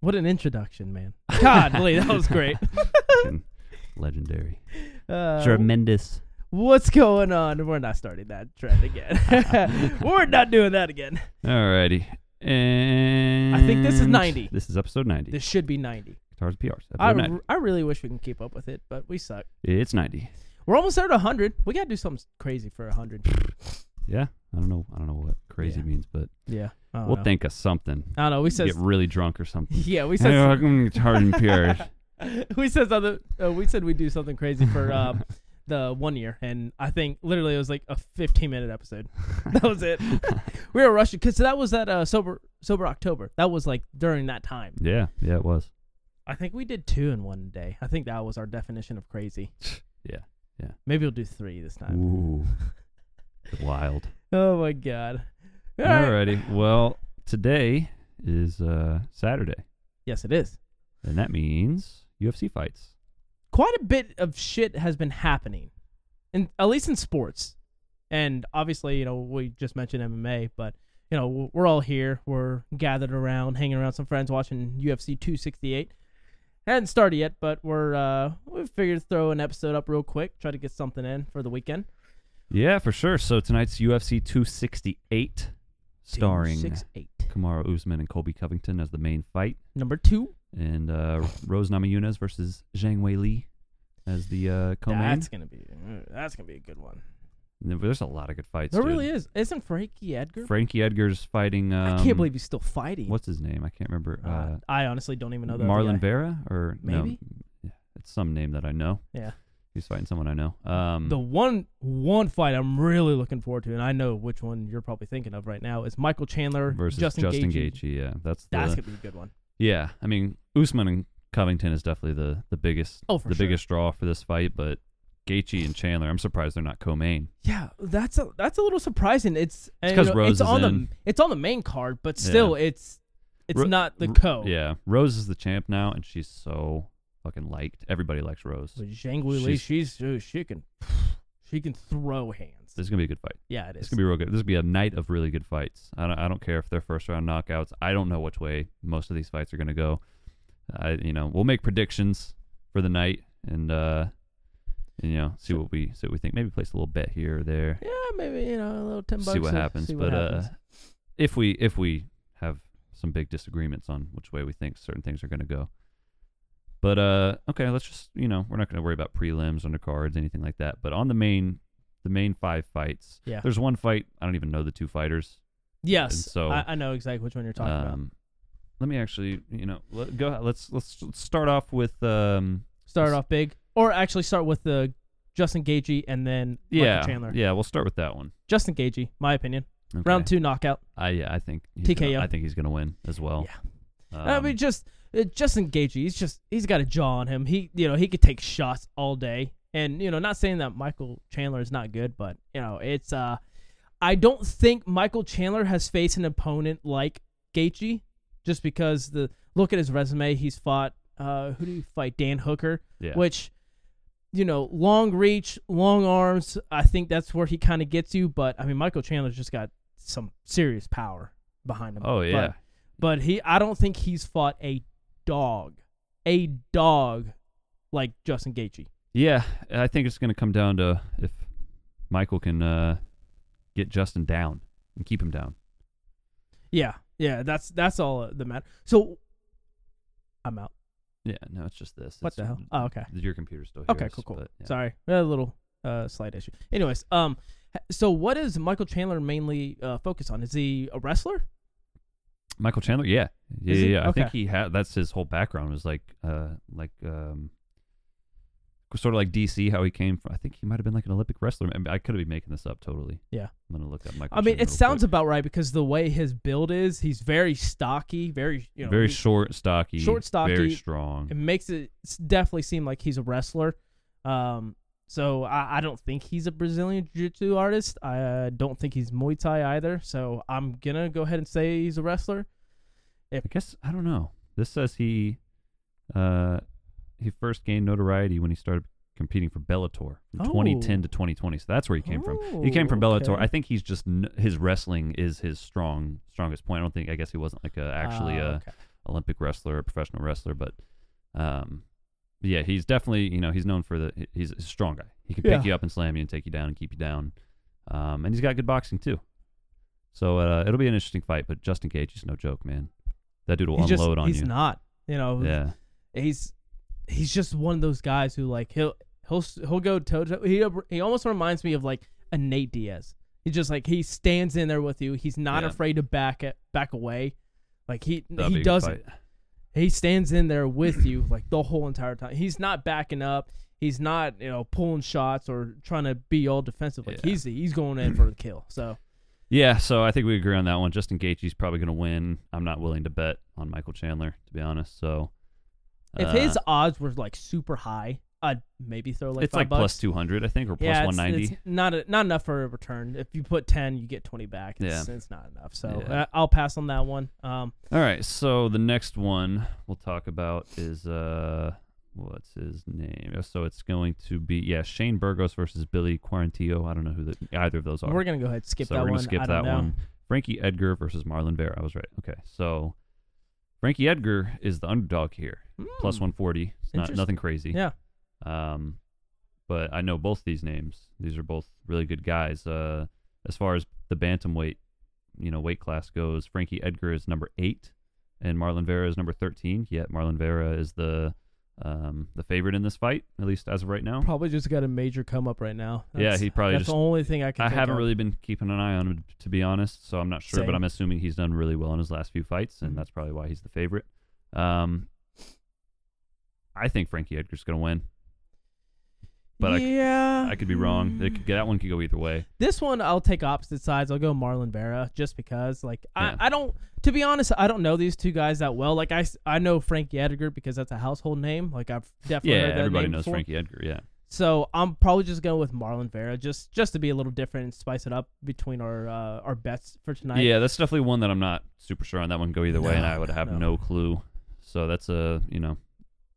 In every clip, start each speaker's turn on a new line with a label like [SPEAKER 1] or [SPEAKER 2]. [SPEAKER 1] What an introduction, man. God, Lee, that was great.
[SPEAKER 2] Fucking Legendary.
[SPEAKER 1] Uh,
[SPEAKER 2] Tremendous.
[SPEAKER 1] What's going on? We're not starting that trend again. We're not doing that again.
[SPEAKER 2] Alrighty. And
[SPEAKER 1] think this is 90.
[SPEAKER 2] This is episode 90.
[SPEAKER 1] This should be 90.
[SPEAKER 2] Guitars and PRs. Episode
[SPEAKER 1] I,
[SPEAKER 2] 90.
[SPEAKER 1] I really wish we can keep up with it, but we suck.
[SPEAKER 2] It's 90.
[SPEAKER 1] We're almost there to 100. We got to do something crazy for 100.
[SPEAKER 2] Yeah. I don't know. I don't know what crazy
[SPEAKER 1] Yeah.
[SPEAKER 2] means, but
[SPEAKER 1] Yeah. I don't
[SPEAKER 2] we'll
[SPEAKER 1] know.
[SPEAKER 2] think of something.
[SPEAKER 1] I don't know. We said.
[SPEAKER 2] Get really drunk or something.
[SPEAKER 1] Yeah, we
[SPEAKER 2] Hey,
[SPEAKER 1] said.
[SPEAKER 2] welcome to Guitars and PRs.
[SPEAKER 1] we said other. Uh, we said we do something crazy for um, the one year, and I think literally it was like a 15 minute episode. That was it. we were rushing because that was that uh, sober sober October. That was like during that time.
[SPEAKER 2] Yeah. Yeah, it was.
[SPEAKER 1] I think we did two in one day. I think that was our definition of crazy.
[SPEAKER 2] Yeah, yeah.
[SPEAKER 1] Maybe we'll do three this time.
[SPEAKER 2] Ooh. Wild.
[SPEAKER 1] Oh my god. All right.
[SPEAKER 2] Alrighty. Well, today is uh, Saturday,
[SPEAKER 1] Yes, it is.
[SPEAKER 2] and that means UFC fights.
[SPEAKER 1] Quite a bit of shit has been happening, in at least in sports, and obviously, you know, we just mentioned MMA, but you know, w- we're all here. We're gathered around, hanging around some friends, watching UFC 268. Hadn't started yet, but we're uh, we figured to throw an episode up real quick, try to get something in for the weekend.
[SPEAKER 2] Yeah, for sure. So tonight's UFC 268, starring
[SPEAKER 1] six eight
[SPEAKER 2] Kamara Usman and Colby Covington as the main fight,
[SPEAKER 1] number two.
[SPEAKER 2] and uh, Rose Namajunas versus Zhang Wei Li as the uh, co-main.
[SPEAKER 1] That's gonna be uh, that's gonna be a good one.
[SPEAKER 2] There's a lot of good fights.
[SPEAKER 1] There
[SPEAKER 2] dude.
[SPEAKER 1] really is. Isn't Frankie Edgar?
[SPEAKER 2] Frankie Edgar's fighting. Um,
[SPEAKER 1] I can't believe he's still fighting.
[SPEAKER 2] what's his name? I can't remember.
[SPEAKER 1] Uh,
[SPEAKER 2] Uh,
[SPEAKER 1] I honestly don't even know that. other
[SPEAKER 2] Marlon
[SPEAKER 1] guy.
[SPEAKER 2] Vera or
[SPEAKER 1] Maybe?
[SPEAKER 2] No, yeah, it's some name that I know.
[SPEAKER 1] Yeah.
[SPEAKER 2] He's fighting someone I know. Um,
[SPEAKER 1] The one one fight I'm really looking forward to, and I know which one you're probably thinking of right now, is Michael Chandler
[SPEAKER 2] versus
[SPEAKER 1] Justin,
[SPEAKER 2] Justin,
[SPEAKER 1] Gaethje.
[SPEAKER 2] Gaethje. Yeah, that's the
[SPEAKER 1] That's gonna be a good one.
[SPEAKER 2] yeah. I mean, Usman and Covington is definitely the the biggest
[SPEAKER 1] Oh, for
[SPEAKER 2] the
[SPEAKER 1] sure.
[SPEAKER 2] biggest draw for this fight, but Gaethje and Chandler, I'm surprised they're not co-main.
[SPEAKER 1] Yeah, that's a that's a little surprising. It's and, you
[SPEAKER 2] 'cause
[SPEAKER 1] know,
[SPEAKER 2] Rose
[SPEAKER 1] it's
[SPEAKER 2] is
[SPEAKER 1] on
[SPEAKER 2] in.
[SPEAKER 1] the it's on the main card, but still it's it's
[SPEAKER 2] Ro-
[SPEAKER 1] not the
[SPEAKER 2] Ro-
[SPEAKER 1] co.
[SPEAKER 2] Yeah, Rose is the champ now, and she's so fucking liked. Everybody likes Rose.
[SPEAKER 1] But Zhang Weili, she's oh, she can she can throw hands.
[SPEAKER 2] This is gonna be a good fight.
[SPEAKER 1] yeah, it
[SPEAKER 2] This is
[SPEAKER 1] is.
[SPEAKER 2] gonna be real good. This is gonna be a night of really good fights. I don't, I don't care if they're first round knockouts. I don't know which way most of these fights are gonna go. I you know we'll make predictions for the night and uh and, you know see what we see what we think. Maybe place a little bet here or there.
[SPEAKER 1] yeah, Uh, maybe you know a little ten bucks.
[SPEAKER 2] see what
[SPEAKER 1] to
[SPEAKER 2] happens.
[SPEAKER 1] see what
[SPEAKER 2] but
[SPEAKER 1] happens.
[SPEAKER 2] uh, if we if we have some big disagreements on which way we think certain things are going to go, but uh, okay, let's just you know we're not going to worry about prelims, undercards, anything like that. But on the main the main five fights,
[SPEAKER 1] Yeah.
[SPEAKER 2] there's one fight I don't even know the two fighters.
[SPEAKER 1] Yes,
[SPEAKER 2] so,
[SPEAKER 1] I, I know exactly which one you're talking about.
[SPEAKER 2] Um, let me actually you know let, go let's, let's let's start off with um
[SPEAKER 1] Start off big, or actually start with the Justin Gagey and then
[SPEAKER 2] yeah
[SPEAKER 1] Michael Chandler.
[SPEAKER 2] yeah we'll start with that one.
[SPEAKER 1] Justin Gagey, my opinion,
[SPEAKER 2] Okay.
[SPEAKER 1] round two knockout.
[SPEAKER 2] I yeah, I think he's gonna-
[SPEAKER 1] TKO.
[SPEAKER 2] I think he's going to win as well. Um, Yeah.
[SPEAKER 1] I mean, just uh, Justin Gagey, he's just he's got a jaw on him. He you know he could take shots all day, and you know not saying that Michael Chandler is not good, but you know it's uh, I don't think Michael Chandler has faced an opponent like Gagey, just because the look at his resume, he's fought uh who do you fight Dan Hooker,
[SPEAKER 2] yeah.
[SPEAKER 1] which you know long reach long arms i think that's where he kind of gets you but i mean michael chandler's just got some serious power behind him
[SPEAKER 2] oh
[SPEAKER 1] But-
[SPEAKER 2] yeah.
[SPEAKER 1] but, he i don't think he's fought a dog a dog like justin Gaethje.
[SPEAKER 2] Yeah, I think it's going to come down to if Michael can uh, get Justin down and keep him down.
[SPEAKER 1] yeah yeah that's that's all uh, the matter so i'm out
[SPEAKER 2] Yeah, no, it's just this.
[SPEAKER 1] what
[SPEAKER 2] It's-
[SPEAKER 1] the hell oh okay
[SPEAKER 2] Your computer's still here.
[SPEAKER 1] Okay, cool, cool. Sorry, we had a little uh, slight issue. Anyways, um, h- so what does Michael Chandler mainly uh, focus on? Is he a wrestler?
[SPEAKER 2] Michael Chandler, yeah, yeah,
[SPEAKER 1] Is he?
[SPEAKER 2] yeah. I think
[SPEAKER 1] Okay.
[SPEAKER 2] he had that's his whole background was like, uh, like um, sort of like DC, how he came from. I think he might have been like an Olympic wrestler. I, mean, I could be making this up totally.
[SPEAKER 1] Yeah.
[SPEAKER 2] I'm gonna look up Michael.
[SPEAKER 1] I mean,
[SPEAKER 2] Chandler
[SPEAKER 1] it
[SPEAKER 2] real
[SPEAKER 1] sounds
[SPEAKER 2] quick.
[SPEAKER 1] about right because the way his build is, he's very stocky, very you know,
[SPEAKER 2] very
[SPEAKER 1] he-
[SPEAKER 2] short, stocky,
[SPEAKER 1] short, stocky,
[SPEAKER 2] very strong.
[SPEAKER 1] it makes it s- definitely seem like he's a wrestler. Um, so I, I don't think he's a Brazilian jiu-jitsu artist. I uh, don't think he's Muay Thai either. So I'm gonna go ahead and say he's a wrestler.
[SPEAKER 2] I guess I don't know. This says he uh he first gained notoriety when he started competing for Bellator from 2010 to 2020. So that's where he came from. He came from
[SPEAKER 1] Oh,
[SPEAKER 2] Bellator.
[SPEAKER 1] okay.
[SPEAKER 2] I think he's just n- his wrestling is his strong strongest point. I don't think I guess he wasn't like a actually uh,
[SPEAKER 1] Ah,
[SPEAKER 2] a,
[SPEAKER 1] okay.
[SPEAKER 2] Olympic wrestler, a professional wrestler, but um, yeah, he's definitely you know he's known for the he- he's a strong guy. He can pick
[SPEAKER 1] Yeah.
[SPEAKER 2] you up and slam you and take you down and keep you down, um, and he's got good boxing too. So uh, it'll be an interesting fight, but Justin Cage is no joke, man. That dude will
[SPEAKER 1] he's just
[SPEAKER 2] unload on
[SPEAKER 1] he's
[SPEAKER 2] you.
[SPEAKER 1] not. You know,
[SPEAKER 2] yeah,
[SPEAKER 1] he's he's just one of those guys who like he'll he'll he'll go toe to he he almost reminds me of like a Nate Diaz. He just like he stands in there with you. He's not
[SPEAKER 2] Yeah.
[SPEAKER 1] afraid to back it, back away. Like he
[SPEAKER 2] that'll be a
[SPEAKER 1] he
[SPEAKER 2] good
[SPEAKER 1] doesn't.
[SPEAKER 2] fight.
[SPEAKER 1] He stands in there with you like the whole entire time. He's not backing up. He's not you know pulling shots or trying to be all defensive. Like
[SPEAKER 2] Yeah.
[SPEAKER 1] he's he's going in for the kill. So
[SPEAKER 2] Yeah, so I think we agree on that one. Justin Gaethje's probably going to win. I'm not willing to bet on Michael Chandler, to be honest. So
[SPEAKER 1] if
[SPEAKER 2] uh,
[SPEAKER 1] his odds were like super high, I'd maybe throw like
[SPEAKER 2] it's
[SPEAKER 1] five
[SPEAKER 2] like
[SPEAKER 1] bucks.
[SPEAKER 2] plus 200, I think, or plus
[SPEAKER 1] yeah, it's-
[SPEAKER 2] 190.
[SPEAKER 1] It's, not a, not enough for a return. If you put ten, you get twenty back. It's,
[SPEAKER 2] Yeah.
[SPEAKER 1] it's not enough. So
[SPEAKER 2] Yeah.
[SPEAKER 1] uh, I'll pass on that one. Um,
[SPEAKER 2] All right, so the next one we'll talk about is uh, what's his name? Oh, So it's going to be yeah, Shane Burgos versus Billy Quarantillo. I don't know who the, either of those are.
[SPEAKER 1] we're gonna go ahead and skip
[SPEAKER 2] so
[SPEAKER 1] that
[SPEAKER 2] we're
[SPEAKER 1] one.
[SPEAKER 2] gonna skip
[SPEAKER 1] I
[SPEAKER 2] that
[SPEAKER 1] don't know.
[SPEAKER 2] one. Frankie Edgar versus Marlon Vera. I was right. Okay, so Frankie Edgar is the underdog here, plus
[SPEAKER 1] Mm.
[SPEAKER 2] 140. It's not
[SPEAKER 1] Interest-
[SPEAKER 2] nothing crazy.
[SPEAKER 1] Yeah.
[SPEAKER 2] Um, but I know both these names. These are both really good guys. Uh, as far as the bantamweight, you know, weight class goes, Frankie Edgar is number eight, and Marlon Vera is number thirteen. Yet Marlon Vera is the um, the favorite in this fight, at least as of right now.
[SPEAKER 1] Probably just got a major come up right now.
[SPEAKER 2] Yeah,
[SPEAKER 1] That's-
[SPEAKER 2] he probably
[SPEAKER 1] That's
[SPEAKER 2] just-
[SPEAKER 1] the only thing I can.
[SPEAKER 2] I
[SPEAKER 1] think
[SPEAKER 2] haven't
[SPEAKER 1] of.
[SPEAKER 2] really been keeping an eye on him, to be honest, so I'm not sure. But
[SPEAKER 1] Same.
[SPEAKER 2] I'm assuming he's done really well in his last few fights, and
[SPEAKER 1] Mhm.
[SPEAKER 2] that's probably why he's the favorite. Um, I think Frankie Edgar's going to win. but I c-
[SPEAKER 1] yeah,
[SPEAKER 2] I could be wrong. It
[SPEAKER 1] mm.
[SPEAKER 2] could, that one could go either way.
[SPEAKER 1] This one I'll take opposite sides. I'll go Marlon Vera just because, like,
[SPEAKER 2] Yeah.
[SPEAKER 1] I, I don't. To be honest, I don't know these two guys that well. Like, I, s- I know Frankie Edgar because that's a household name. Like, I've definitely
[SPEAKER 2] yeah,
[SPEAKER 1] heard that
[SPEAKER 2] everybody
[SPEAKER 1] name
[SPEAKER 2] knows
[SPEAKER 1] before.
[SPEAKER 2] Frankie Edgar. Yeah,
[SPEAKER 1] So I'm probably just going with Marlon Vera just just to be a little different and spice it up between our uh, our bets for tonight.
[SPEAKER 2] yeah, that's definitely one that I'm not super sure on. That one could go either way, and
[SPEAKER 1] No,
[SPEAKER 2] I would
[SPEAKER 1] no,
[SPEAKER 2] have
[SPEAKER 1] no.
[SPEAKER 2] no. clue. So that's a you know,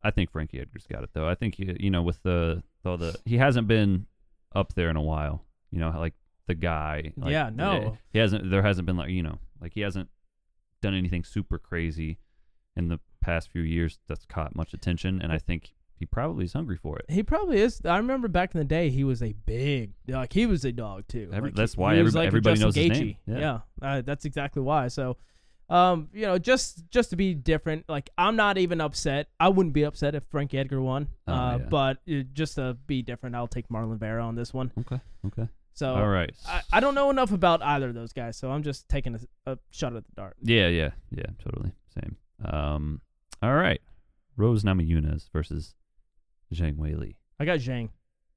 [SPEAKER 2] I think Frankie Edgar's got it though. I think you, you know with the with all the he hasn't been up there in a while. You know, like the guy. like,
[SPEAKER 1] Yeah,
[SPEAKER 2] the-
[SPEAKER 1] no.
[SPEAKER 2] he hasn't. There hasn't been like you know, like he hasn't done anything super crazy in the past few years that's caught much attention, and I think he probably is hungry for it.
[SPEAKER 1] He probably is. I remember back in the day, he was a big like he was a dog too.
[SPEAKER 2] Every-
[SPEAKER 1] Like,
[SPEAKER 2] that's
[SPEAKER 1] he-
[SPEAKER 2] why
[SPEAKER 1] he was
[SPEAKER 2] everyb-
[SPEAKER 1] like a
[SPEAKER 2] everybody
[SPEAKER 1] Justin
[SPEAKER 2] knows his name.
[SPEAKER 1] Gaethje.
[SPEAKER 2] Yeah.
[SPEAKER 1] Yeah, uh, that's exactly why. So, um, you know, just just to be different, like I'm not even upset. I wouldn't be upset if Frankie Edgar won,
[SPEAKER 2] Oh,
[SPEAKER 1] uh,
[SPEAKER 2] yeah.
[SPEAKER 1] but uh, just to be different, I'll take Marlon Vera on this one.
[SPEAKER 2] Okay. Okay.
[SPEAKER 1] So
[SPEAKER 2] All right.
[SPEAKER 1] Oh, I, I don't know enough about either of those guys, so I'm just taking a, a shot at the dart.
[SPEAKER 2] Yeah, yeah, yeah, totally. Same. Um, all right. Rose Namajunas versus Zhang Weili.
[SPEAKER 1] I got Zhang.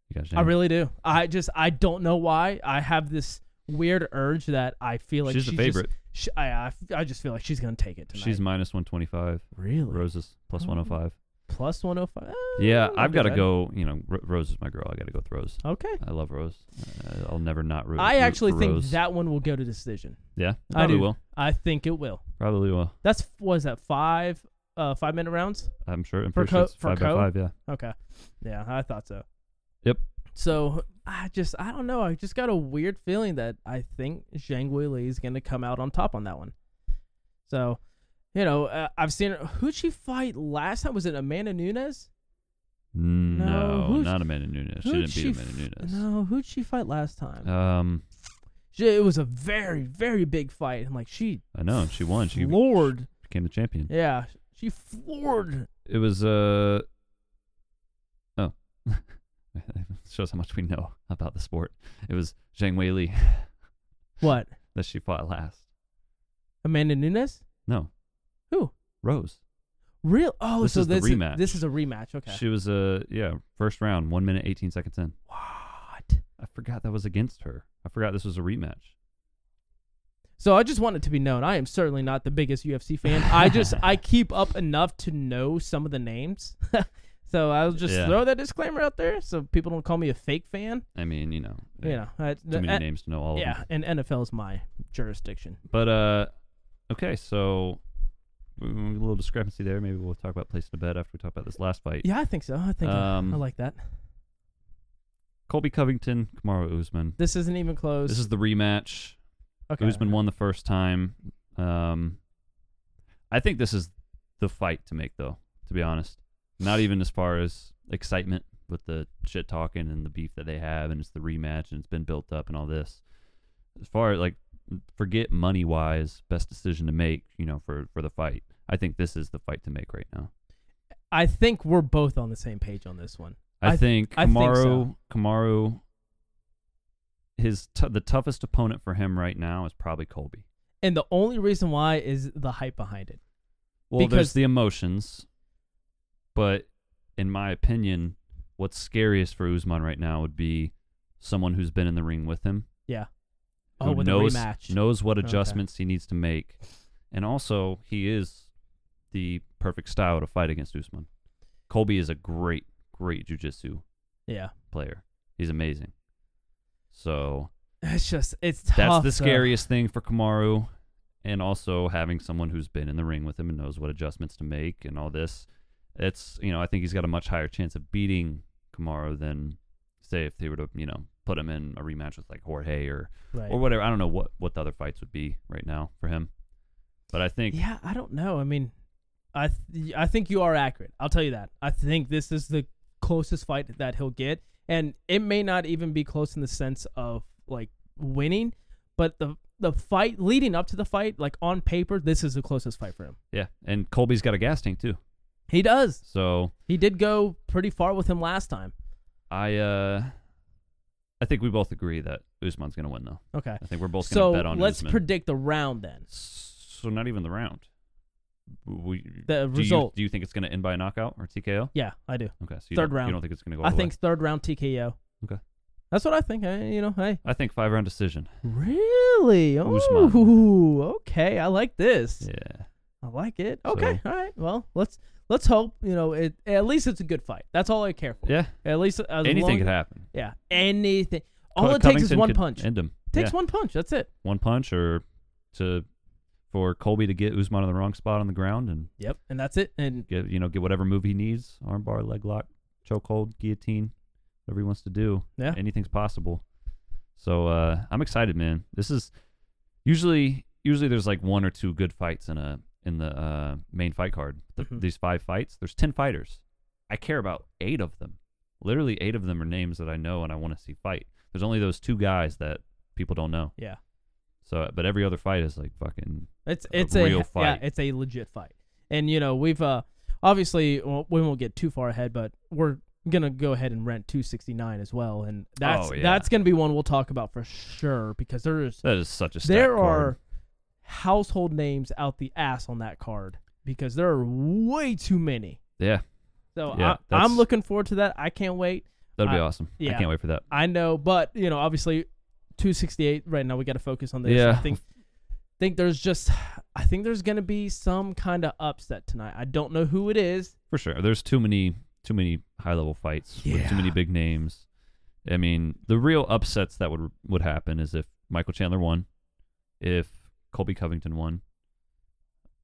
[SPEAKER 2] You got Zhang.
[SPEAKER 1] I really do. I just I don't know why I have this weird urge that I feel like
[SPEAKER 2] she's the
[SPEAKER 1] she
[SPEAKER 2] favorite.
[SPEAKER 1] Just, she, I, I I just feel like she's gonna take it tonight.
[SPEAKER 2] She's minus 125.
[SPEAKER 1] really
[SPEAKER 2] Rose is plus
[SPEAKER 1] Oh.
[SPEAKER 2] 105.
[SPEAKER 1] plus one hundred five. Oh,
[SPEAKER 2] Yeah, I've got to go. You know, R- Rose is my girl. I got to go with Rose.
[SPEAKER 1] Okay.
[SPEAKER 2] I love Rose. Uh, I'll never not root.
[SPEAKER 1] I
[SPEAKER 2] root
[SPEAKER 1] actually
[SPEAKER 2] for
[SPEAKER 1] think
[SPEAKER 2] Rose.
[SPEAKER 1] that one will go to decision.
[SPEAKER 2] Yeah,
[SPEAKER 1] I
[SPEAKER 2] probably
[SPEAKER 1] do.
[SPEAKER 2] will.
[SPEAKER 1] I think it will.
[SPEAKER 2] Probably will.
[SPEAKER 1] That's was that five uh five minute rounds?
[SPEAKER 2] I'm sure. I'm
[SPEAKER 1] For
[SPEAKER 2] pretty sure
[SPEAKER 1] co-
[SPEAKER 2] it's
[SPEAKER 1] for
[SPEAKER 2] five
[SPEAKER 1] co?
[SPEAKER 2] by five. Yeah.
[SPEAKER 1] Okay. Yeah, I thought so.
[SPEAKER 2] Yep.
[SPEAKER 1] So I just I don't know. I just got a weird feeling that I think Zhang Weili is going to come out on top on that one. So, you know, uh, I've seen her. Who'd she fight last time? Was it Amanda Nunes?
[SPEAKER 2] Mm, No,
[SPEAKER 1] who's-
[SPEAKER 2] not Amanda Nunes. She
[SPEAKER 1] who'd
[SPEAKER 2] didn't beat
[SPEAKER 1] she
[SPEAKER 2] Amanda
[SPEAKER 1] f-
[SPEAKER 2] Nunes.
[SPEAKER 1] No, who'd she fight last time?
[SPEAKER 2] Um,
[SPEAKER 1] She- it was a very very big fight, and like she
[SPEAKER 2] I know she won. She
[SPEAKER 1] floored.
[SPEAKER 2] became the champion.
[SPEAKER 1] Yeah, she floored.
[SPEAKER 2] It was uh oh, shows how much we know about the sport. It was Zhang Weili
[SPEAKER 1] What?
[SPEAKER 2] that she fought last.
[SPEAKER 1] Amanda Nunes?
[SPEAKER 2] No,
[SPEAKER 1] Who?
[SPEAKER 2] Rose.
[SPEAKER 1] Real? Oh,
[SPEAKER 2] This
[SPEAKER 1] so
[SPEAKER 2] is the
[SPEAKER 1] this
[SPEAKER 2] rematch.
[SPEAKER 1] Is, this is a rematch. Okay.
[SPEAKER 2] She was uh yeah first round one minute eighteen seconds in.
[SPEAKER 1] what?
[SPEAKER 2] I forgot that was against her. I forgot this was a rematch.
[SPEAKER 1] So I just want it to be known. I am certainly not the biggest UFC fan. I just I keep up enough to know some of the names. so I'll just
[SPEAKER 2] Yeah.
[SPEAKER 1] throw that disclaimer out there so people don't call me a fake fan.
[SPEAKER 2] I mean you know
[SPEAKER 1] You know, I,
[SPEAKER 2] too many
[SPEAKER 1] uh,
[SPEAKER 2] names to know all of
[SPEAKER 1] yeah,
[SPEAKER 2] them.
[SPEAKER 1] and NFL is my jurisdiction.
[SPEAKER 2] But uh okay so. mm, A little discrepancy there. Maybe we'll talk about placing a bet after we talk about this last fight.
[SPEAKER 1] Yeah, I think so. I think I-
[SPEAKER 2] Um,
[SPEAKER 1] I like that.
[SPEAKER 2] Colby Covington, Kamaru Usman.
[SPEAKER 1] This isn't even close.
[SPEAKER 2] This is the rematch.
[SPEAKER 1] okay.
[SPEAKER 2] Usman won the first time. Um, I think this is the fight to make though, to be honest. Not even as far as excitement with the shit talking and the beef that they have and it's the rematch and it's been built up and all this. As far as like forget money wise, best decision to make, you know, for for the fight. I think this is the fight to make right now.
[SPEAKER 1] I think we're both on the same page on this one.
[SPEAKER 2] I,
[SPEAKER 1] I-
[SPEAKER 2] think
[SPEAKER 1] I think
[SPEAKER 2] Kamaru
[SPEAKER 1] so.
[SPEAKER 2] Kamaru his t- the toughest opponent for him right now is probably Colby.
[SPEAKER 1] And the only reason why is the hype behind it.
[SPEAKER 2] Well,
[SPEAKER 1] Because-
[SPEAKER 2] there's the emotions, but in my opinion, what's scariest for Usman right now would be someone who's been in the ring with him,
[SPEAKER 1] Oh,
[SPEAKER 2] who
[SPEAKER 1] with
[SPEAKER 2] knows
[SPEAKER 1] the rematch.
[SPEAKER 2] knows what
[SPEAKER 1] Okay.
[SPEAKER 2] adjustments he needs to make, and also he is the perfect style to fight against Usman. Colby is a great, great jujitsu
[SPEAKER 1] Yeah.
[SPEAKER 2] player. He's amazing. So
[SPEAKER 1] It's just it's
[SPEAKER 2] that's
[SPEAKER 1] tough.
[SPEAKER 2] the
[SPEAKER 1] though.
[SPEAKER 2] scariest thing for Kamaru, and also having someone who's been in the ring with him and knows what adjustments to make and all this. It's you know I think he's got a much higher chance of beating Kamaru than say if they were to you know put him in a rematch with like Jorge or
[SPEAKER 1] Right.
[SPEAKER 2] or whatever. I don't know what what the other fights would be right now for him, but I think
[SPEAKER 1] Yeah, I don't know. I mean, I th- I think you are accurate. I'll tell you that. I think this is the closest fight that he'll get, and it may not even be close in the sense of like winning, but the the fight leading up to the fight, like on paper, this is the closest fight for him.
[SPEAKER 2] yeah, and Colby's got a gas tank too,
[SPEAKER 1] He does.
[SPEAKER 2] so
[SPEAKER 1] He did go pretty far with him last time.
[SPEAKER 2] I uh I think we both agree that Usman's gonna win though.
[SPEAKER 1] Okay.
[SPEAKER 2] I think we're both
[SPEAKER 1] So
[SPEAKER 2] gonna bet on
[SPEAKER 1] let's
[SPEAKER 2] Usman.
[SPEAKER 1] predict the round then.
[SPEAKER 2] So not even the round. We,
[SPEAKER 1] The
[SPEAKER 2] do
[SPEAKER 1] result.
[SPEAKER 2] You, do you think it's going to end by a knockout or TKO?
[SPEAKER 1] Yeah, I do.
[SPEAKER 2] Okay, so you
[SPEAKER 1] Third
[SPEAKER 2] don't,
[SPEAKER 1] round.
[SPEAKER 2] You don't think it's going to go?
[SPEAKER 1] I
[SPEAKER 2] all the way?
[SPEAKER 1] think third round TKO.
[SPEAKER 2] Okay.
[SPEAKER 1] That's what I think. I, you know, hey.
[SPEAKER 2] I think five round decision.
[SPEAKER 1] Really?
[SPEAKER 2] Usman.
[SPEAKER 1] Ooh, okay. I like this.
[SPEAKER 2] Yeah,
[SPEAKER 1] I like it. Okay. All right. Well, let's let's hope you know it. At least it's a good fight. That's all I care for.
[SPEAKER 2] yeah.
[SPEAKER 1] At least as
[SPEAKER 2] Anything
[SPEAKER 1] long,
[SPEAKER 2] could happen.
[SPEAKER 1] Yeah. Anything. All
[SPEAKER 2] Co-
[SPEAKER 1] it takes is
[SPEAKER 2] Covington
[SPEAKER 1] one
[SPEAKER 2] could
[SPEAKER 1] punch.
[SPEAKER 2] End him.
[SPEAKER 1] takes
[SPEAKER 2] Yeah.
[SPEAKER 1] one punch. That's it.
[SPEAKER 2] one punch or to for Colby to get Usman in the wrong spot on the ground and
[SPEAKER 1] Yep. And that's it. And
[SPEAKER 2] get you know get whatever move he needs armbar, leg lock, chokehold, guillotine, whatever he wants to do.
[SPEAKER 1] Yeah.
[SPEAKER 2] anything's possible. So uh, I'm excited, man. This is usually usually there's like one or two good fights in a in the uh, main fight card. The,
[SPEAKER 1] Mhm.
[SPEAKER 2] These five fights, there's ten fighters. I care about eight of them. Literally eight of them are names that I know and I want to see fight. There's only those two guys that people don't know.
[SPEAKER 1] yeah,
[SPEAKER 2] So, but every other fight is like fucking
[SPEAKER 1] it's
[SPEAKER 2] A
[SPEAKER 1] it's a,
[SPEAKER 2] real
[SPEAKER 1] yeah,
[SPEAKER 2] fight.
[SPEAKER 1] it's a legit fight. And you know we've uh obviously well, we won't get too far ahead, but we're gonna go ahead and rent 269 as well, and that's
[SPEAKER 2] Oh, yeah.
[SPEAKER 1] that's gonna be one we'll talk about for sure because there's
[SPEAKER 2] that is such a stacked
[SPEAKER 1] there
[SPEAKER 2] card.
[SPEAKER 1] are household names out the ass on that card because there are way too many.
[SPEAKER 2] yeah
[SPEAKER 1] So
[SPEAKER 2] Yeah,
[SPEAKER 1] I,
[SPEAKER 2] that's-
[SPEAKER 1] I'm looking forward to that. I can't wait.
[SPEAKER 2] that'd be
[SPEAKER 1] I-
[SPEAKER 2] awesome.
[SPEAKER 1] yeah.
[SPEAKER 2] I can't wait for that.
[SPEAKER 1] I know, but you know, obviously, 268 right now. We got to focus on this.
[SPEAKER 2] Yeah.
[SPEAKER 1] I think think there's just I think there's gonna be some kind of upset tonight. I don't know who it is.
[SPEAKER 2] For sure. There's too many too many high level fights with too many
[SPEAKER 1] Yeah.
[SPEAKER 2] big names. I mean, the real upsets that would would happen is if Michael Chandler won, if Colby Covington won.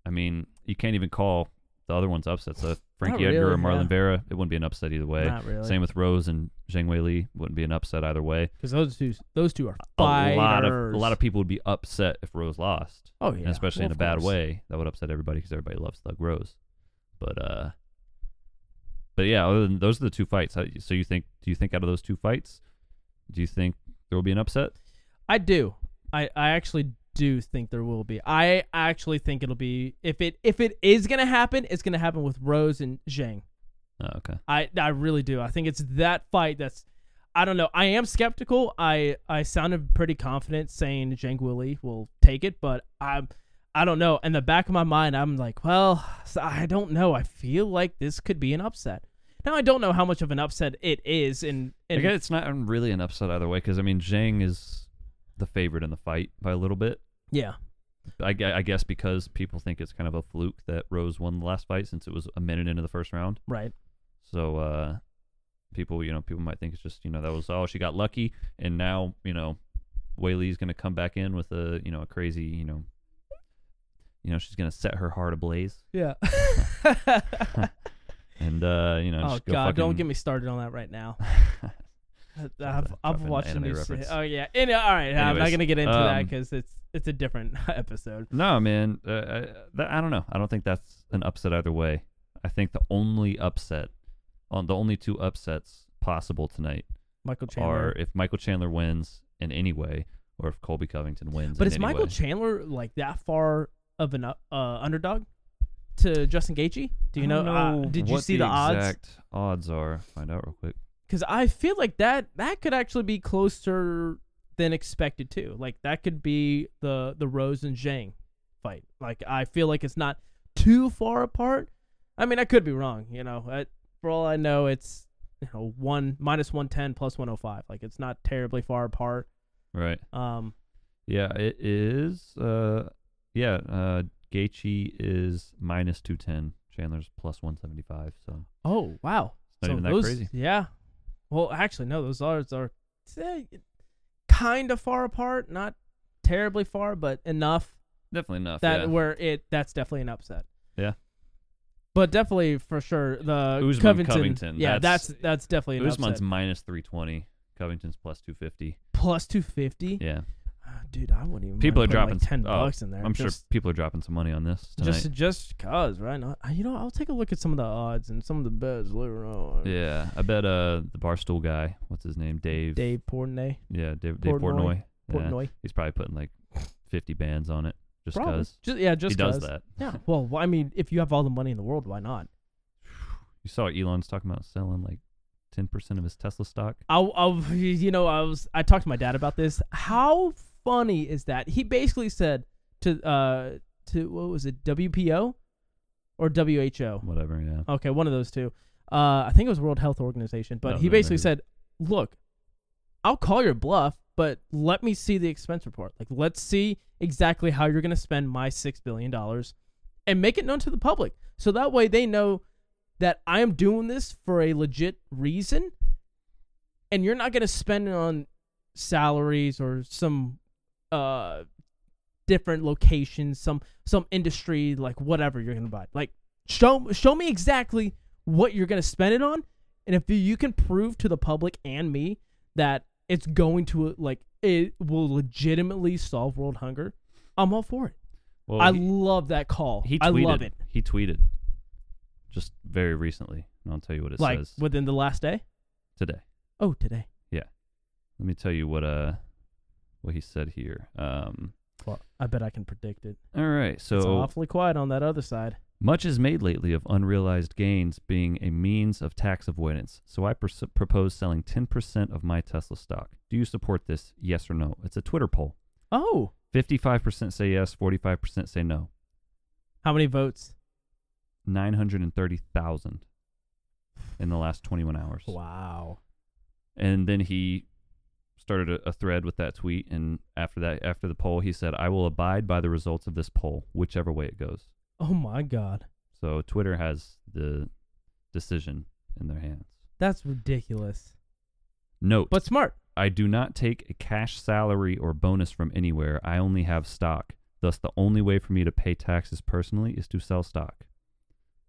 [SPEAKER 2] I mean, you can't even call the other ones upsets. Uh, Frankie Edgar
[SPEAKER 1] really,
[SPEAKER 2] or Marlon
[SPEAKER 1] yeah.
[SPEAKER 2] Vera, it wouldn't be an upset either way.
[SPEAKER 1] Not really.
[SPEAKER 2] Same with Rose and Zhang Wei Li, wouldn't be an upset either way.
[SPEAKER 1] because those two those two are
[SPEAKER 2] A
[SPEAKER 1] fighters.
[SPEAKER 2] lot of a lot of people would be upset if Rose lost
[SPEAKER 1] oh yeah,
[SPEAKER 2] and especially
[SPEAKER 1] Well,
[SPEAKER 2] in a
[SPEAKER 1] of
[SPEAKER 2] bad
[SPEAKER 1] course.
[SPEAKER 2] way that would upset everybody because everybody loves Thug Rose. But uh, but yeah, other than those are the two fights. How- So you think? Do you think out of those two fights, do you think there will be an upset?
[SPEAKER 1] I do. I, I actually do think there will be. I actually think it'll be if it if it is gonna happen, it's gonna happen with Rose and Zhang.
[SPEAKER 2] Oh, okay.
[SPEAKER 1] I I really do. I think it's that fight that's I don't know. I am skeptical. I I sounded pretty confident saying Zhang Willie will take it, but I'm I don't know. In the back of my mind, I'm like, well, s- I don't know. I feel like this could be an upset. Now I don't know how much of an upset it is, and
[SPEAKER 2] I
[SPEAKER 1] and
[SPEAKER 2] guess it's not really an upset either way because I mean Zhang is the favorite in the fight by a little bit.
[SPEAKER 1] yeah,
[SPEAKER 2] I, gue- I guess because people think it's kind of a fluke that Rose won the last fight since it was a minute into the first round.
[SPEAKER 1] right.
[SPEAKER 2] So uh people, you know, people might think it's just, you know, that was oh she got lucky and now, you know, Whaley's gonna come back in with a you know, a crazy, you know you know, she's gonna set her heart ablaze
[SPEAKER 1] Yeah.
[SPEAKER 2] and uh, you know,
[SPEAKER 1] oh
[SPEAKER 2] just go uh,
[SPEAKER 1] God! Don't
[SPEAKER 2] fucking-
[SPEAKER 1] get me started on that right now. I've,
[SPEAKER 2] drop
[SPEAKER 1] I've
[SPEAKER 2] an
[SPEAKER 1] watched some
[SPEAKER 2] anime
[SPEAKER 1] new
[SPEAKER 2] reference.
[SPEAKER 1] se- Oh yeah. Any- all right. I'm not
[SPEAKER 2] Anyways,
[SPEAKER 1] gonna get into that
[SPEAKER 2] um,
[SPEAKER 1] because it's it's a different episode.
[SPEAKER 2] No, man. Uh, I, that, I don't know. I don't think that's an upset either way. I think the only upset, on the only two upsets possible tonight
[SPEAKER 1] Michael
[SPEAKER 2] are
[SPEAKER 1] Chandler.
[SPEAKER 2] if Michael Chandler wins in any way, or if Colby Covington wins.
[SPEAKER 1] but
[SPEAKER 2] in
[SPEAKER 1] is
[SPEAKER 2] any
[SPEAKER 1] Michael
[SPEAKER 2] way.
[SPEAKER 1] Chandler like that far of an up- uh, underdog to Justin Gaethje? Do you
[SPEAKER 2] I
[SPEAKER 1] know?
[SPEAKER 2] don't
[SPEAKER 1] uh, did you
[SPEAKER 2] what
[SPEAKER 1] see the, odds?
[SPEAKER 2] Exact odds are. Find out real quick.
[SPEAKER 1] Because I feel like that that could actually be closer than expected too. Like that could be the the Rose and Zhang fight. Like I feel like it's not too far apart. I mean, I could be wrong. You know, I, for all I know, it's you know one minus one ten plus one hundred five. Like it's not terribly far apart.
[SPEAKER 2] Right.
[SPEAKER 1] Um,
[SPEAKER 2] Yeah. It is. Uh. Yeah. Uh. Gaethje is minus two ten. Chandler's plus one seventy five. So
[SPEAKER 1] Oh wow!
[SPEAKER 2] It's not even that
[SPEAKER 1] those,
[SPEAKER 2] crazy.
[SPEAKER 1] Yeah. Well, actually, no. Those odds are kind of far apart. Not terribly far, but enough
[SPEAKER 2] definitely enough.
[SPEAKER 1] that
[SPEAKER 2] yeah.
[SPEAKER 1] where it that's definitely an upset.
[SPEAKER 2] Yeah.
[SPEAKER 1] But definitely for sure the
[SPEAKER 2] Usman
[SPEAKER 1] Covington,
[SPEAKER 2] Covington,
[SPEAKER 1] Yeah,
[SPEAKER 2] that's-
[SPEAKER 1] that's that's, definitely an
[SPEAKER 2] Usman's
[SPEAKER 1] upset.
[SPEAKER 2] minus three twenty. Covington's plus two fifty.
[SPEAKER 1] Plus two fifty. Ah,
[SPEAKER 2] Yeah,
[SPEAKER 1] Dude, I wouldn't even.
[SPEAKER 2] People
[SPEAKER 1] mind
[SPEAKER 2] are
[SPEAKER 1] putting,
[SPEAKER 2] dropping
[SPEAKER 1] like ten
[SPEAKER 2] oh,
[SPEAKER 1] bucks in there.
[SPEAKER 2] I'm
[SPEAKER 1] just,
[SPEAKER 2] sure people are dropping some money on this tonight.
[SPEAKER 1] Just just cause right now, you know, I'll take a look at some of the odds and some of the bets later on.
[SPEAKER 2] yeah, I bet uh the barstool guy, what's his name, Dave.
[SPEAKER 1] Dave Portnoy.
[SPEAKER 2] Yeah, Dave, Dave
[SPEAKER 1] Portnoy.
[SPEAKER 2] Portnoy. Yeah,
[SPEAKER 1] Portnoy.
[SPEAKER 2] he's probably putting like fifty bands on it just
[SPEAKER 1] Probably.
[SPEAKER 2] because
[SPEAKER 1] Just, yeah,
[SPEAKER 2] he
[SPEAKER 1] just
[SPEAKER 2] does
[SPEAKER 1] 'cause.
[SPEAKER 2] that.
[SPEAKER 1] Yeah. Well, wh- I mean, if you have all the money in the world, why not?
[SPEAKER 2] You saw Elon's talking about selling like ten percent of his Tesla stock.
[SPEAKER 1] I, I, you know, I was, I talked to my dad about this. How funny is that? He basically said to, uh, to what was it, WPO or WHO?
[SPEAKER 2] Whatever. Yeah.
[SPEAKER 1] Okay, one of those two. Uh, I think it was World Health Organization, but
[SPEAKER 2] No,
[SPEAKER 1] he
[SPEAKER 2] no, no,
[SPEAKER 1] basically
[SPEAKER 2] he-
[SPEAKER 1] said, "Look, I'll call your bluff, but let me see the expense report. Like, let's see exactly how you're going to spend my six billion dollars, and make it known to the public, so that way they know that I am doing this for a legit reason, and you're not going to spend it on salaries or some uh different locations, some some industry, like whatever you're going to buy. Like, show show me exactly what you're going to spend it on." and if you can prove to the public and me that it's going to like it will legitimately solve world hunger i'm all for it
[SPEAKER 2] Well,
[SPEAKER 1] i
[SPEAKER 2] he-
[SPEAKER 1] love that call
[SPEAKER 2] he tweeted,
[SPEAKER 1] i love it
[SPEAKER 2] He tweeted just very recently, and I'll tell you what it
[SPEAKER 1] like
[SPEAKER 2] says
[SPEAKER 1] within the last day
[SPEAKER 2] today.
[SPEAKER 1] oh today
[SPEAKER 2] Let me tell you what uh what he said here. Um
[SPEAKER 1] well i bet i can predict it
[SPEAKER 2] all right,
[SPEAKER 1] it's
[SPEAKER 2] so
[SPEAKER 1] awfully quiet on that other side
[SPEAKER 2] much is made lately of unrealized gains being a means of tax avoidance. So I pers- propose selling 10% of my Tesla stock. Do you support this? Yes or no? It's a Twitter poll.
[SPEAKER 1] oh
[SPEAKER 2] 55% say yes, 45% say no.
[SPEAKER 1] how many votes
[SPEAKER 2] 930,000 in the last 21 hours.
[SPEAKER 1] Oh, wow
[SPEAKER 2] And then he started a, a thread with that tweet. And after that, after the poll, he said, I will abide by the results of this poll, whichever way it goes.
[SPEAKER 1] oh my god
[SPEAKER 2] So Twitter has the decision in their hands.
[SPEAKER 1] that's ridiculous
[SPEAKER 2] Note,
[SPEAKER 1] but smart
[SPEAKER 2] I do not take a cash salary or bonus from anywhere. I only have stock. Thus, the only way for me to pay taxes personally is to sell stock.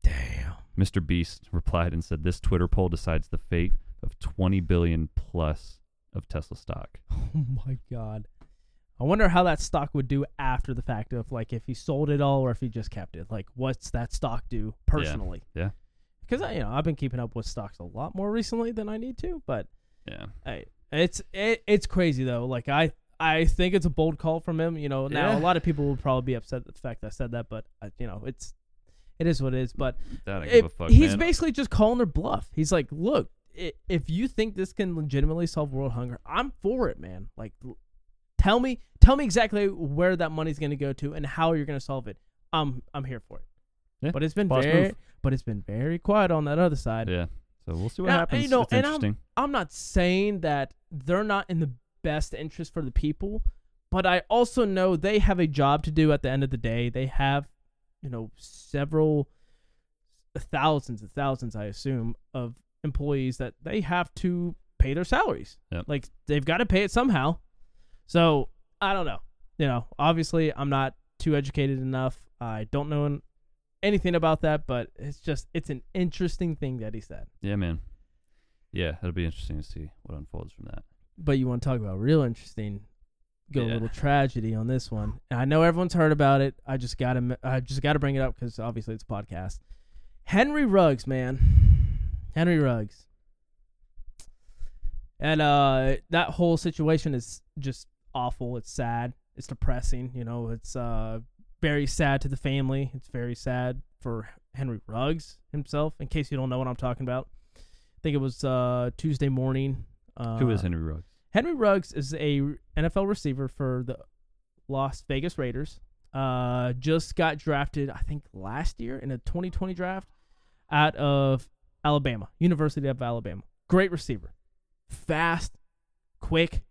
[SPEAKER 1] damn
[SPEAKER 2] Mr. Beast replied and said, This Twitter poll decides the fate of 20 billion plus of Tesla stock.
[SPEAKER 1] oh my god i wonder how that stock would do after the fact of like if he sold it all or if he just kept it like what's that stock do personally
[SPEAKER 2] yeah.
[SPEAKER 1] because i you know i've been keeping up with stocks a lot more recently than i need to but
[SPEAKER 2] Yeah.
[SPEAKER 1] I, it's it, it's crazy though like i i think it's a bold call from him you know now a
[SPEAKER 2] Yeah.
[SPEAKER 1] lot of people will probably be upset at the fact that i said that but I, you know it's it is what it is but
[SPEAKER 2] That I
[SPEAKER 1] it-
[SPEAKER 2] give a fuck.
[SPEAKER 1] he's
[SPEAKER 2] man.
[SPEAKER 1] basically just calling their bluff. He's like, look, i- if you think this can legitimately solve world hunger, I'm for it, man. Like, l- tell me, tell me exactly where that money's going to go to and how you're going to solve it. I'm, I'm here for it.
[SPEAKER 2] Yeah,
[SPEAKER 1] But it's been
[SPEAKER 2] boss
[SPEAKER 1] very,
[SPEAKER 2] move.
[SPEAKER 1] but it's been very quiet on that other side.
[SPEAKER 2] Yeah. So we'll see what
[SPEAKER 1] And I-
[SPEAKER 2] happens.
[SPEAKER 1] you know,
[SPEAKER 2] it's
[SPEAKER 1] and I'm-
[SPEAKER 2] interesting.
[SPEAKER 1] I'm not saying that they're not in the best interest for the people, but I also know they have a job to do at the end of the day. They have, you know, several uh, thousands and thousands, I assume, of employees that they have to pay their salaries.
[SPEAKER 2] Yep.
[SPEAKER 1] Like they've got to pay it somehow. So I don't know. You know, obviously I'm not too educated enough. I don't know an- anything about that, but it's just it's an interesting thing that he said.
[SPEAKER 2] Yeah, man. Yeah, it'll be interesting to see what unfolds from that.
[SPEAKER 1] But you want to talk about real interesting? Go
[SPEAKER 2] Yeah.
[SPEAKER 1] a little tragedy on this one. And I know everyone's heard about it. I just gotta, m- I just gotta bring it up because obviously it's a podcast. Henry Ruggs, man, Henry Ruggs, and uh, that whole situation is just awful. It's sad. It's depressing. You know, it's uh, very sad to the family. It's very sad for Henry Ruggs himself. In case you don't know what I'm talking about, I think it was uh, Tuesday morning. Uh,
[SPEAKER 2] Who is Henry Ruggs?
[SPEAKER 1] Henry Ruggs is a NFL receiver for the Las Vegas Raiders. Uh, just got drafted, I think, last year in a 2020 draft out of Alabama, University of Alabama. Great receiver, fast, quick,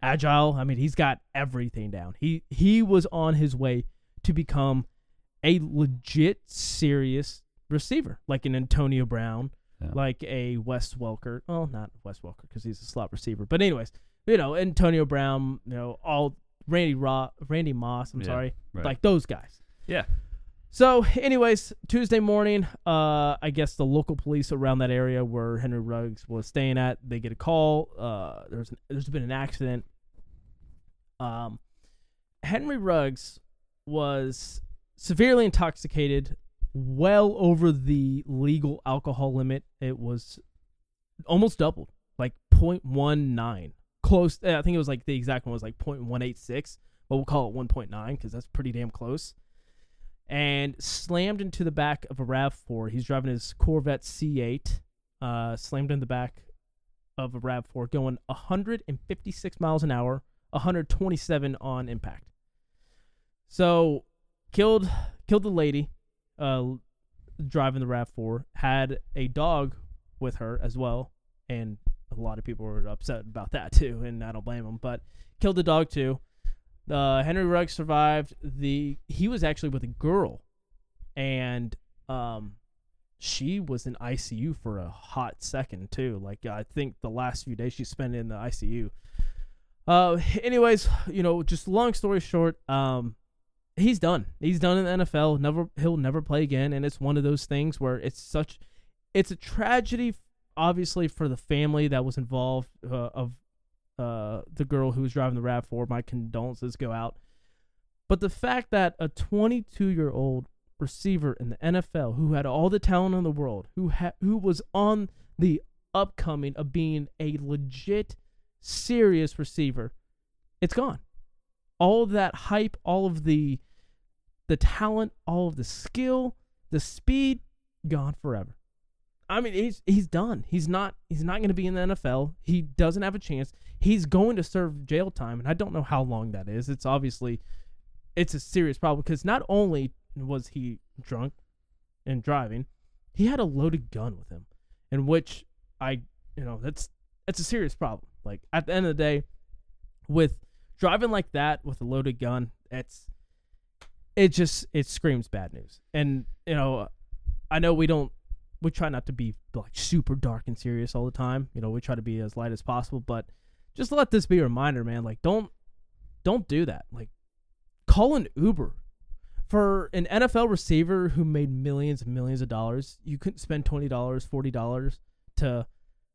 [SPEAKER 1] agile. I mean, he's got everything down. He he was on his way to become a legit, serious receiver, like an Antonio Brown,
[SPEAKER 2] Yeah.
[SPEAKER 1] like a Wes Welker. Well, not Wes Welker because he's a slot receiver. But anyways, you know, Antonio Brown, you know, all Randy Ra- Randy Moss. I'm
[SPEAKER 2] Yeah,
[SPEAKER 1] sorry,
[SPEAKER 2] right.
[SPEAKER 1] like those guys.
[SPEAKER 2] Yeah.
[SPEAKER 1] So, anyways, Tuesday morning, uh, I guess the local police around that area where Henry Ruggs was staying at, they get a call. Uh, there's an, there's been an accident. Um, Henry Ruggs was severely intoxicated, well over the legal alcohol limit. It was almost doubled, like 0.19. Close. eh, I think it was like the exact one was like 0.186, but we'll call it 1.9 because that's pretty damn close. And slammed into the back of a RAV4. He's driving his Corvette C8. Uh, slammed in the back of a RAV4, going 156 miles an hour, 127 on impact. So killed killed the lady uh, driving the RAV4. Had a dog with her as well, and a lot of people were upset about that too, and I don't blame them. But killed the dog too. Uh, Henry Ruggs survived. The he was actually with a girl, and um, she was in ICU for a hot second too. Like I think the last few days she spent in the ICU. Uh, anyways, you know, just long story short, um, he's done. He's done in the NFL. Never, he'll never play again. And it's one of those things where it's such, it's a tragedy, obviously for the family that was involved uh, of uh, the girl who was driving the Rav Four. My condolences go out. But the fact that a 22 year old receiver in the NFL who had all the talent in the world, who ha- who was on the upcoming of being a legit, serious receiver, it's gone all of that hype, all of the the talent, all of the skill, the speed, gone forever. I mean, he's he's done. He's not he's not going to be in the NFL. He doesn't have a chance. He's going to serve jail time, and I don't know how long that is. It's obviously it's a serious problem because not only was he drunk and driving, he had a loaded gun with him, in which I you know that's that's a serious problem. Like at the end of the day, with driving like that with a loaded gun, it's it just it screams bad news. And you know, I know we don't we try not to be like super dark and serious all the time. You know, we try to be as light as possible, but just let this be a reminder, man. Like don't don't do that. Like call an Uber. For an NFL receiver who made millions and millions of dollars, you couldn't spend twenty dollars, forty dollars to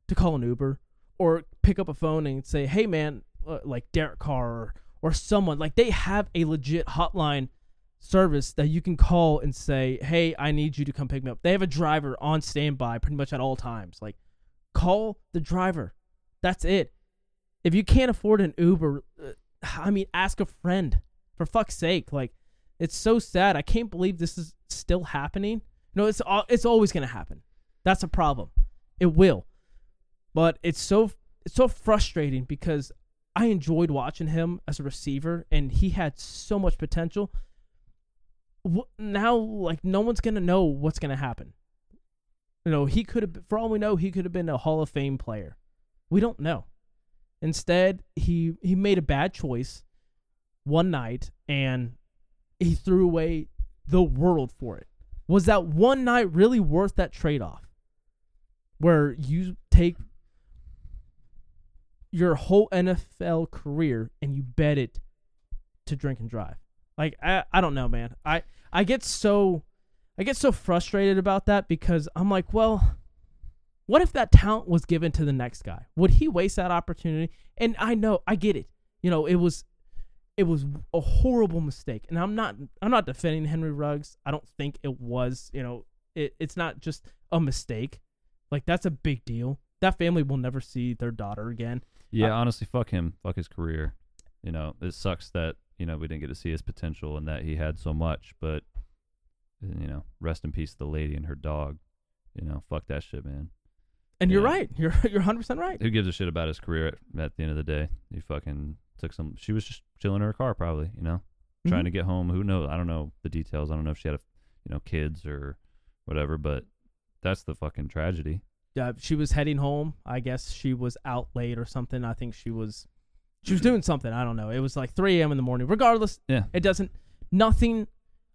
[SPEAKER 1] to call an Uber or pick up a phone and say, "Hey, man," uh, like Derek Carr or, or someone like they have a legit hotline service that you can call and say, "Hey, I need you to come pick me up." They have a driver on standby pretty much at all times. Like, call the driver. That's it. If you can't afford an Uber, uh, I mean, ask a friend. For fuck's sake, like, it's so sad. I can't believe this is still happening. No, it's al- it's always gonna happen. That's a problem. It will but it's so it's so frustrating because I enjoyed watching him as a receiver, and he had so much potential. Wh- Now, like no one's gonna know what's gonna happen. You know, he could have, for all we know, he could have been a Hall of Fame player. We don't know. Instead, he he made a bad choice one night, and he threw away the world for it. Was that one night really worth that trade off? Where you take your whole NFL career and you bet it to drink and drive. Like I, I don't know, man. I I get so I get so frustrated about that because I'm like, well, What if that talent was given to the next guy? Would he waste that opportunity? And I know, I get it. You know, it was it was a horrible mistake. And I'm not I'm not defending Henry Ruggs. I don't think it was, you know, it, it's not just a mistake. Like that's a big deal. That family will never see their daughter again.
[SPEAKER 2] Yeah,
[SPEAKER 1] Uh,
[SPEAKER 2] honestly, fuck him. Fuck his career. You know, it sucks that, you know, we didn't get to see his potential and that he had so much, but, uh, you know, rest in peace to the lady and her dog. You know, fuck that shit, man.
[SPEAKER 1] And you're
[SPEAKER 2] Yeah.
[SPEAKER 1] right. You're you're 100% right.
[SPEAKER 2] Who gives a shit about his career at, at the end of the day? He fucking took some. She was just chilling in her car, probably, you know,
[SPEAKER 1] Mm-hmm.
[SPEAKER 2] trying to get home. Who knows? I don't know the details. I don't know if she had, a, you know, kids or whatever, but that's the fucking tragedy.
[SPEAKER 1] uh, she was heading home. I guess she was out late or something. I think she was she was doing something. I don't know. It was like 3 a.m. in the morning. Regardless,
[SPEAKER 2] Mm-hmm. Yeah.
[SPEAKER 1] it doesn't. Nothing.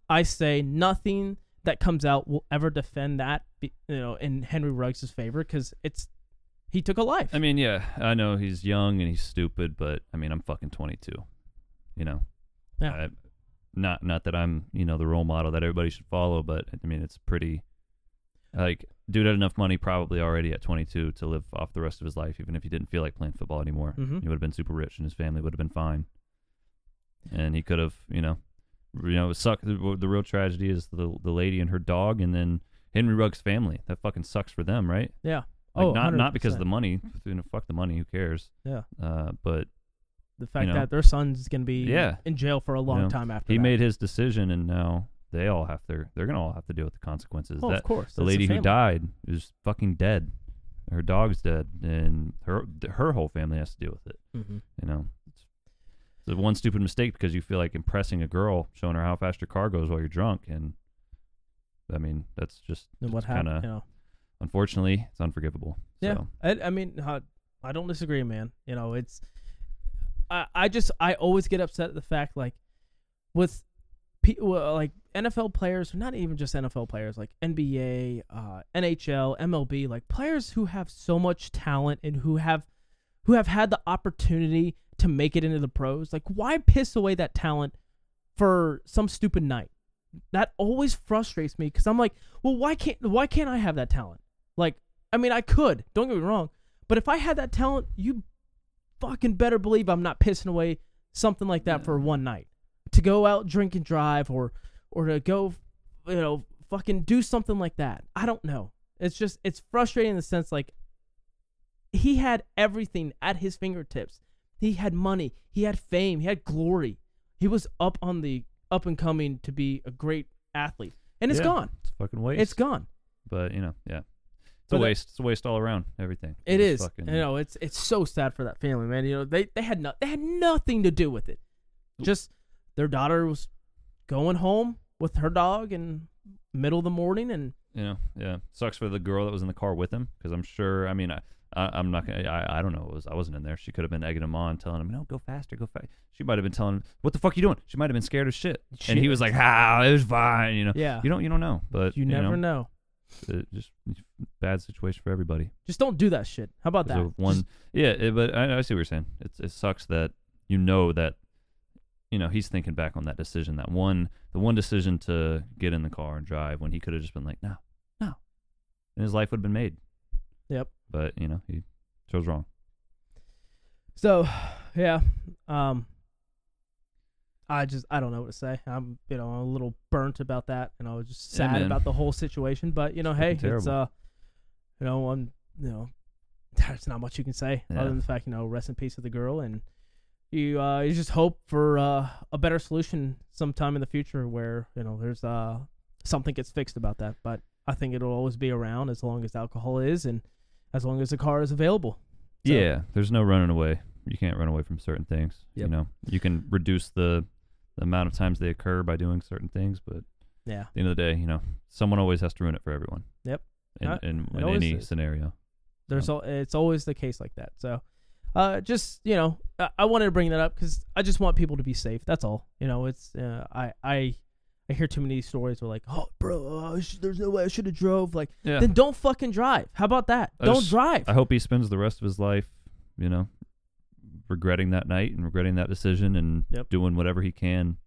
[SPEAKER 1] I say nothing that comes out will ever defend that. be- You know, in Henry Ruggs' favor because it's he took a life.
[SPEAKER 2] I mean, yeah, I know he's young and he's stupid, but I mean, I'm fucking 22. You know,
[SPEAKER 1] Yeah.
[SPEAKER 2] I- not not that I'm you know the role model that everybody should follow, but I mean, it's pretty. Like, dude had enough money probably already at 22 to live off the rest of his life, even if he didn't feel like playing football anymore.
[SPEAKER 1] Mhm.
[SPEAKER 2] He would have been super rich, and his family would have been fine. And he could have, you know, you know, it suck. The, the real tragedy is the the lady and her dog, and then Henry Ruggs' family. That fucking sucks for them, right?
[SPEAKER 1] yeah.
[SPEAKER 2] Like
[SPEAKER 1] oh,
[SPEAKER 2] not not because of
[SPEAKER 1] 100%.
[SPEAKER 2] the money. You know, fuck the money. Who cares?
[SPEAKER 1] Yeah.
[SPEAKER 2] Uh, but
[SPEAKER 1] the fact
[SPEAKER 2] know.
[SPEAKER 1] that their son's gonna be
[SPEAKER 2] Yeah.
[SPEAKER 1] in jail for a long
[SPEAKER 2] know,
[SPEAKER 1] time after
[SPEAKER 2] he
[SPEAKER 1] that.
[SPEAKER 2] made his decision, and now they all have their. They're gonna all have to deal with the consequences.
[SPEAKER 1] Oh,
[SPEAKER 2] that
[SPEAKER 1] of course.
[SPEAKER 2] the
[SPEAKER 1] that's
[SPEAKER 2] lady who
[SPEAKER 1] family.
[SPEAKER 2] died is fucking dead. Her dog's dead, and her her whole family has to deal with it.
[SPEAKER 1] Mhm.
[SPEAKER 2] You know, it's, it's one stupid mistake because you feel like impressing a girl, showing her how fast your car goes while you're drunk, and I mean that's just
[SPEAKER 1] And what
[SPEAKER 2] it's kinda-
[SPEAKER 1] happened? you know.
[SPEAKER 2] unfortunately it's unforgivable.
[SPEAKER 1] Yeah,
[SPEAKER 2] So,
[SPEAKER 1] I, I mean, uh, I don't disagree, man. You know, it's I, I just I always get upset at the fact like with pe- well, like NFL players, not even just NFL players, like NBA, uh, NHL, MLB, like players who have so much talent and who have who have had the opportunity to make it into the pros. Like, why piss away that talent for some stupid night? That always frustrates me because I'm like, well, why can't why can't I have that talent? Like, I mean, I could. Don't get me wrong, but if I had that talent, you fucking better believe I'm not pissing away something like that for one night to go out drink and drive or or to go you know fucking do something like that. I don't know. It's just it's frustrating in the sense like he had everything at his fingertips. He had money, he had fame, he had glory. He was up on the up and coming to be a great athlete. And it's
[SPEAKER 2] yeah,
[SPEAKER 1] gone.
[SPEAKER 2] It's a fucking waste.
[SPEAKER 1] It's gone.
[SPEAKER 2] but you know, yeah, it's
[SPEAKER 1] But
[SPEAKER 2] a
[SPEAKER 1] that-
[SPEAKER 2] waste. it's a waste all around. Everything.
[SPEAKER 1] It
[SPEAKER 2] It's
[SPEAKER 1] is.
[SPEAKER 2] fucking-
[SPEAKER 1] you know, it's it's so sad for that family, man. You know, they they had no, they had nothing to do with it. Just their daughter was going home with her dog in middle of the morning, and
[SPEAKER 2] you know, yeah, sucks for the girl that was in the car with him because I'm sure. I mean, I, I I'm not gonna. I, I don't know. It was I wasn't in there. She could have been egging him on, telling him, "No, go faster, go fast." She might have been telling him, "What the fuck you doing?" She might have been scared as shit, and
[SPEAKER 1] She-
[SPEAKER 2] he was like, "Ah, it was fine," you know.
[SPEAKER 1] yeah,
[SPEAKER 2] You don't you don't know, but
[SPEAKER 1] you never know.
[SPEAKER 2] It just bad situation for everybody.
[SPEAKER 1] Just don't do that shit. How about that?
[SPEAKER 2] So one,
[SPEAKER 1] Just-
[SPEAKER 2] yeah, it- but I, I see what you're saying. It's it sucks that you know that, you know, he's thinking back on that decision, that one, the one decision to get in the car and drive when he could have just been like, no, no, and his life would have been made.
[SPEAKER 1] Yep.
[SPEAKER 2] But you know, he chose wrong.
[SPEAKER 1] so, yeah. Um, I just I don't know what to say. I'm you know a little burnt about that, and I was just
[SPEAKER 2] Yeah,
[SPEAKER 1] sad
[SPEAKER 2] man.
[SPEAKER 1] about the whole situation. But you know, hey,
[SPEAKER 2] fucking
[SPEAKER 1] it's
[SPEAKER 2] terrible.
[SPEAKER 1] uh, you know, I'm you know, there's not much you can say
[SPEAKER 2] Yeah.
[SPEAKER 1] other than the fact you know, rest in peace of the girl, and you uh, you just hope for uh, a better solution sometime in the future where you know there's uh something gets fixed about that. But I think it'll always be around as long as alcohol is and as long as the car is available. So-
[SPEAKER 2] yeah, there's no running away. You can't run away from certain things. You
[SPEAKER 1] Yep.
[SPEAKER 2] know, you can reduce the, the amount of times they occur by doing certain things, but at
[SPEAKER 1] Yeah.
[SPEAKER 2] the end of the day, you know, someone always has to ruin it for everyone.
[SPEAKER 1] Yep.
[SPEAKER 2] In,
[SPEAKER 1] Uh,
[SPEAKER 2] in,
[SPEAKER 1] it
[SPEAKER 2] in
[SPEAKER 1] always
[SPEAKER 2] any
[SPEAKER 1] is.
[SPEAKER 2] scenario.
[SPEAKER 1] There's al- it's always the case like that. So, uh, just you know, I, I wanted to bring that up because I just want people to be safe. That's all. You know, it's uh, I I I hear too many stories where like, oh, bro, I sh- there's no way I should have drove. Like,
[SPEAKER 2] Yeah.
[SPEAKER 1] then don't fucking drive. How about that?
[SPEAKER 2] I
[SPEAKER 1] don't
[SPEAKER 2] just-
[SPEAKER 1] drive.
[SPEAKER 2] I hope he spends the rest of his life, you know, regretting that night and regretting that decision and
[SPEAKER 1] Yep.
[SPEAKER 2] doing whatever he can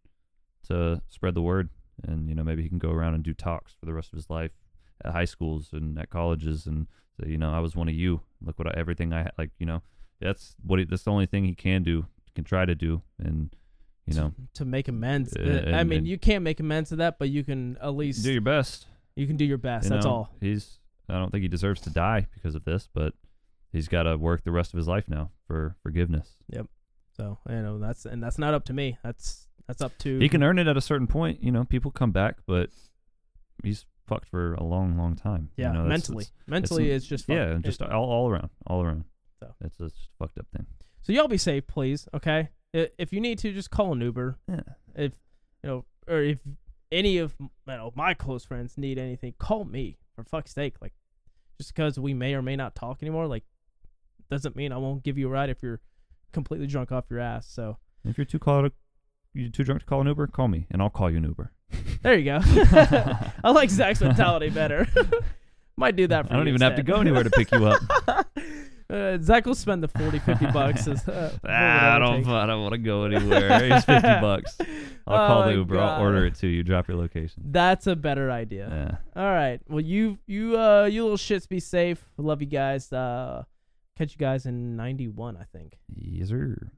[SPEAKER 2] to spread the word. And you know, maybe he can go around and do talks for the rest of his life. at high schools and at colleges, and so, you know, I was one of you. Look what I, everything I like. You know, that's what he, that's the only thing he can do, can try to do, and you know,
[SPEAKER 1] to make amends.
[SPEAKER 2] Uh,
[SPEAKER 1] I
[SPEAKER 2] and-
[SPEAKER 1] mean,
[SPEAKER 2] and-
[SPEAKER 1] you can't make amends to that, but you can at least
[SPEAKER 2] do your best.
[SPEAKER 1] you can do your best.
[SPEAKER 2] you
[SPEAKER 1] That's
[SPEAKER 2] know?
[SPEAKER 1] all.
[SPEAKER 2] He's. I don't think he deserves to die because of this, but he's got to work the rest of his life now for forgiveness.
[SPEAKER 1] So you know that's and that's not up to me. That's that's up to
[SPEAKER 2] He can earn it at a certain point. You know, people come back, but he's fucked for a long, long time. you
[SPEAKER 1] yeah
[SPEAKER 2] know, that's-
[SPEAKER 1] mentally.
[SPEAKER 2] it's-
[SPEAKER 1] mentally, it's, just fun.
[SPEAKER 2] yeah, just all, all around, all around.
[SPEAKER 1] So.
[SPEAKER 2] It's it's just a fucked up thing.
[SPEAKER 1] so y'all be safe, please. Okay, I- if you need to, just call an Uber.
[SPEAKER 2] Yeah.
[SPEAKER 1] If you know, or if any of you know, my close friends need anything, call me for fuck's sake. Like, just because we may or may not talk anymore, like, doesn't mean I won't give you a ride if you're completely drunk off your ass. So.
[SPEAKER 2] If you're too call, you're too drunk to call an Uber, call me, and I'll call you an Uber.
[SPEAKER 1] There you go. I like Zach's mentality better. Might do that for
[SPEAKER 2] I don't
[SPEAKER 1] you
[SPEAKER 2] even have to
[SPEAKER 1] instead.
[SPEAKER 2] go anywhere to pick you up.
[SPEAKER 1] Uh, Zach will spend the 40, 50 bucks. as, uh, for whatever
[SPEAKER 2] Ah, I
[SPEAKER 1] it
[SPEAKER 2] don't,
[SPEAKER 1] takes.
[SPEAKER 2] I don't want to go anywhere. Here's fifty bucks. I'll
[SPEAKER 1] Oh
[SPEAKER 2] call
[SPEAKER 1] my
[SPEAKER 2] the Uber.
[SPEAKER 1] God.
[SPEAKER 2] I'll order it to you. Drop your location.
[SPEAKER 1] That's a better idea.
[SPEAKER 2] Yeah.
[SPEAKER 1] All right. Well, you you uh you little shits be safe. Love you guys. Uh, catch you guys in 91, I think.
[SPEAKER 2] Yes, sir.